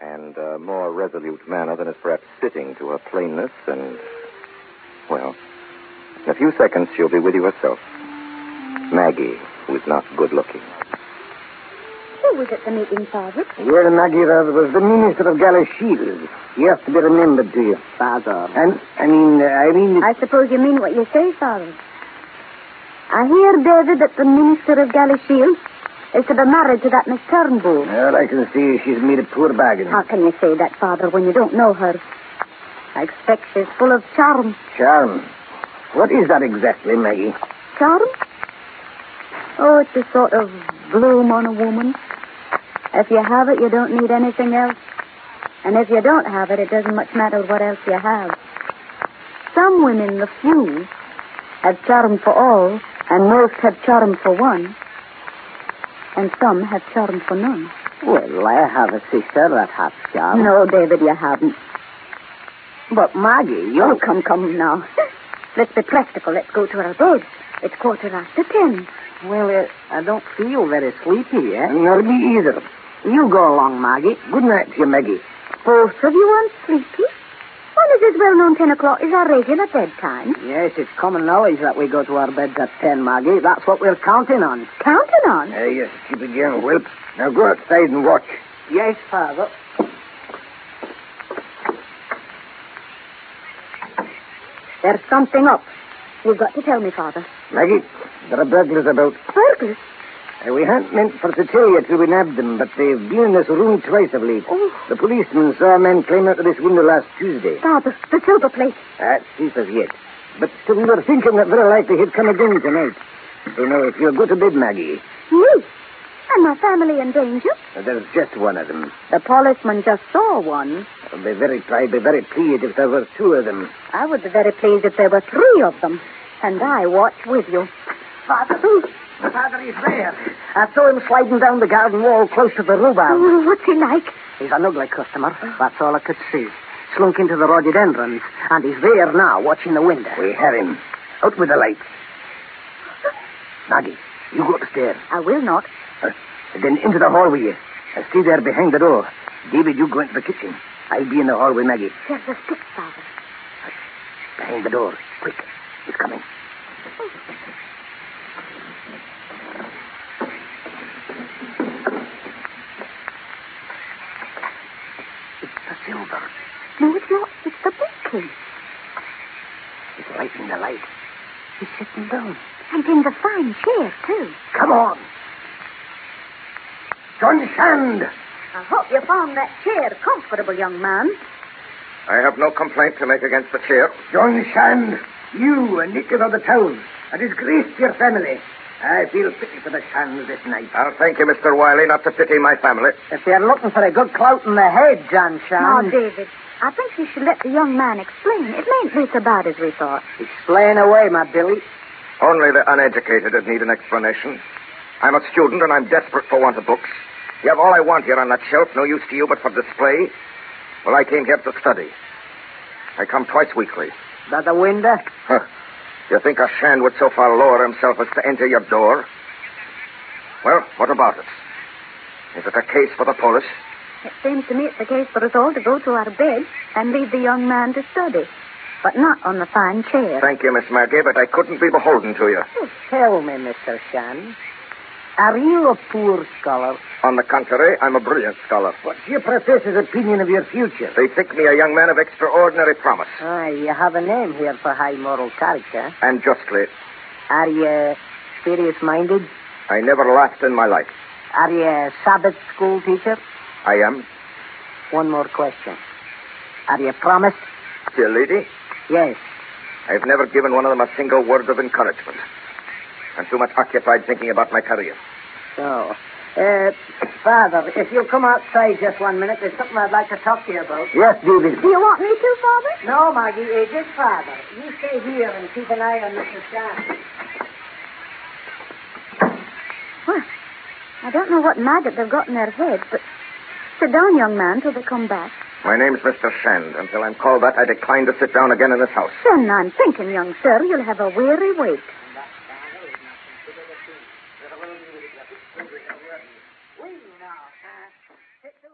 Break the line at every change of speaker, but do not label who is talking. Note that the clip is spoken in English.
and a more resolute manner than is perhaps fitting to her plainness, and. Well, in a few seconds she'll be with you herself. Maggie, who is not good looking.
Who was at the meeting, Father?
Your Maggie Rather was the minister of Galashiels. You have to be remembered, do you?
Father.
And, I mean, uh, Irene.
I suppose you mean what you say, Father. I hear, David, that the minister of Galashiels is to be married to that Miss Turnbull.
Well, I can see she's made a poor bargain.
How
Ah.
can you say that, Father, when you don't know her? I expect she's full of charm.
Charm. What is that exactly, Maggie?
Charm? Oh, it's a sort of bloom on a woman. If you have it, you don't need anything else. And if you don't have it, it doesn't much matter what else you have. Some women, the few, have charm for all, and most have charm for one. And some have charm for none.
Well, I have a sister that has
Um,
charm.
No, David, you haven't.
But Maggie,
Oh,
you
come, come now. Let's be practical. Let's go to our bed. It's quarter after ten.
Well, uh, I don't feel very sleepy yet.
Nor me either.
You go along, Maggie.
Good night to you, Maggie.
Both of you aren't sleepy? Well, it is well known ten o'clock is our regular bedtime.
Yes, it's common knowledge that we go to our beds at ten, Maggie. That's what we're counting on.
Counting on.
Ah, you stupid young whelp. Now go outside and watch.
Yes, Father.
There's something up. You've got to tell me, Father.
Maggie, there are burglars about.
Burglars?
Uh, we hadn't meant for to tell you till we nabbed them, but they've been in this room twice of late.
Oh.
The policeman saw a man climb out of this window last Tuesday.
Father, the silver plate.
That's safe as yet. But still, we were thinking that very likely he'd come again tonight. So now, if you'll go to bed, Maggie,
Me? And my family in danger?
uh, there's just one of them.
The policeman just saw one.
I'd be very, I'd be very pleased if there were two of them.
I would be very pleased if there were three of them. And I watch with you.
Father, Father, he's there. I saw him sliding down the garden wall close to the rhubarb.
Oh, what's he like?
He's an ugly customer. That's all I could see. Slunk into the rhododendrons, and he's there now, watching the window.
We have him. Out with the lights. Maggie, you go upstairs.
I will not.
Uh, then into the hall with you. Uh, stay there behind the door. David, you go into the kitchen. I'll be in the hall with Maggie.
There's a stick, Father.
Behind the door. Quick. He's coming. It's the silver.
No, it's not. It's the baking.
He's lighting the light. He's sitting down.
And in the fine chair, too.
Come on. John Shand.
I hope you found that chair comfortable, young man.
I have no complaint to make against the chair.
John Shand. You, a native of the town, a disgrace to your family. I feel pity for the Shands this night.
I'll thank you, Mr. Wiley, not to pity my family.
If they're looking for a good clout in the head, John
Now,
Shan,
David, I think you should let the young man explain. It mayn't be so bad as we thought.
explain away, my Billy.
Only the uneducated that need an explanation. I'm a student and I'm desperate for want of books. You have all I want here on that shelf, no use to you but for display. Well, I came here to study. I come twice weekly.
By the window.
Huh. You think a Shand would so far lower himself as to enter your door? Well, what about it? Is it a case for the police?
It seems to me it's the case for us all to go to our bed and leave the young man to study, but not on the fine chair.
Thank you, Miss Maggie, but I couldn't be beholden to you.
Tell me, Mr. Shan, are you a poor scholar?
On the contrary, I'm a brilliant scholar.
What's your professor's opinion of your future?
They think me a young man of extraordinary promise,
Ah, you have a name here for high moral character.
and justly.
Are you serious-minded?
I never laughed in my life.
Are you a Sabbath school teacher?
I am,
One more question. Are you promised?
dear lady,
Yes.
I've never given one of them a single word of encouragement. I'm too much occupied thinking about my career.
So, uh, Father, if you'll come outside just one minute, there's something I'd like to talk to you about.
Yes, David.
Do you want me to, Father?
No, Maggie, it is Father. You stay here and keep an eye on Mr. Shan.
Well, I don't know what maggot they've got in their heads, but sit down, young man, till they come back.
My name's Mr. Shand. Until I'm called that, I decline to sit down again in this house.
Then I'm thinking, young sir, you'll have a weary wait.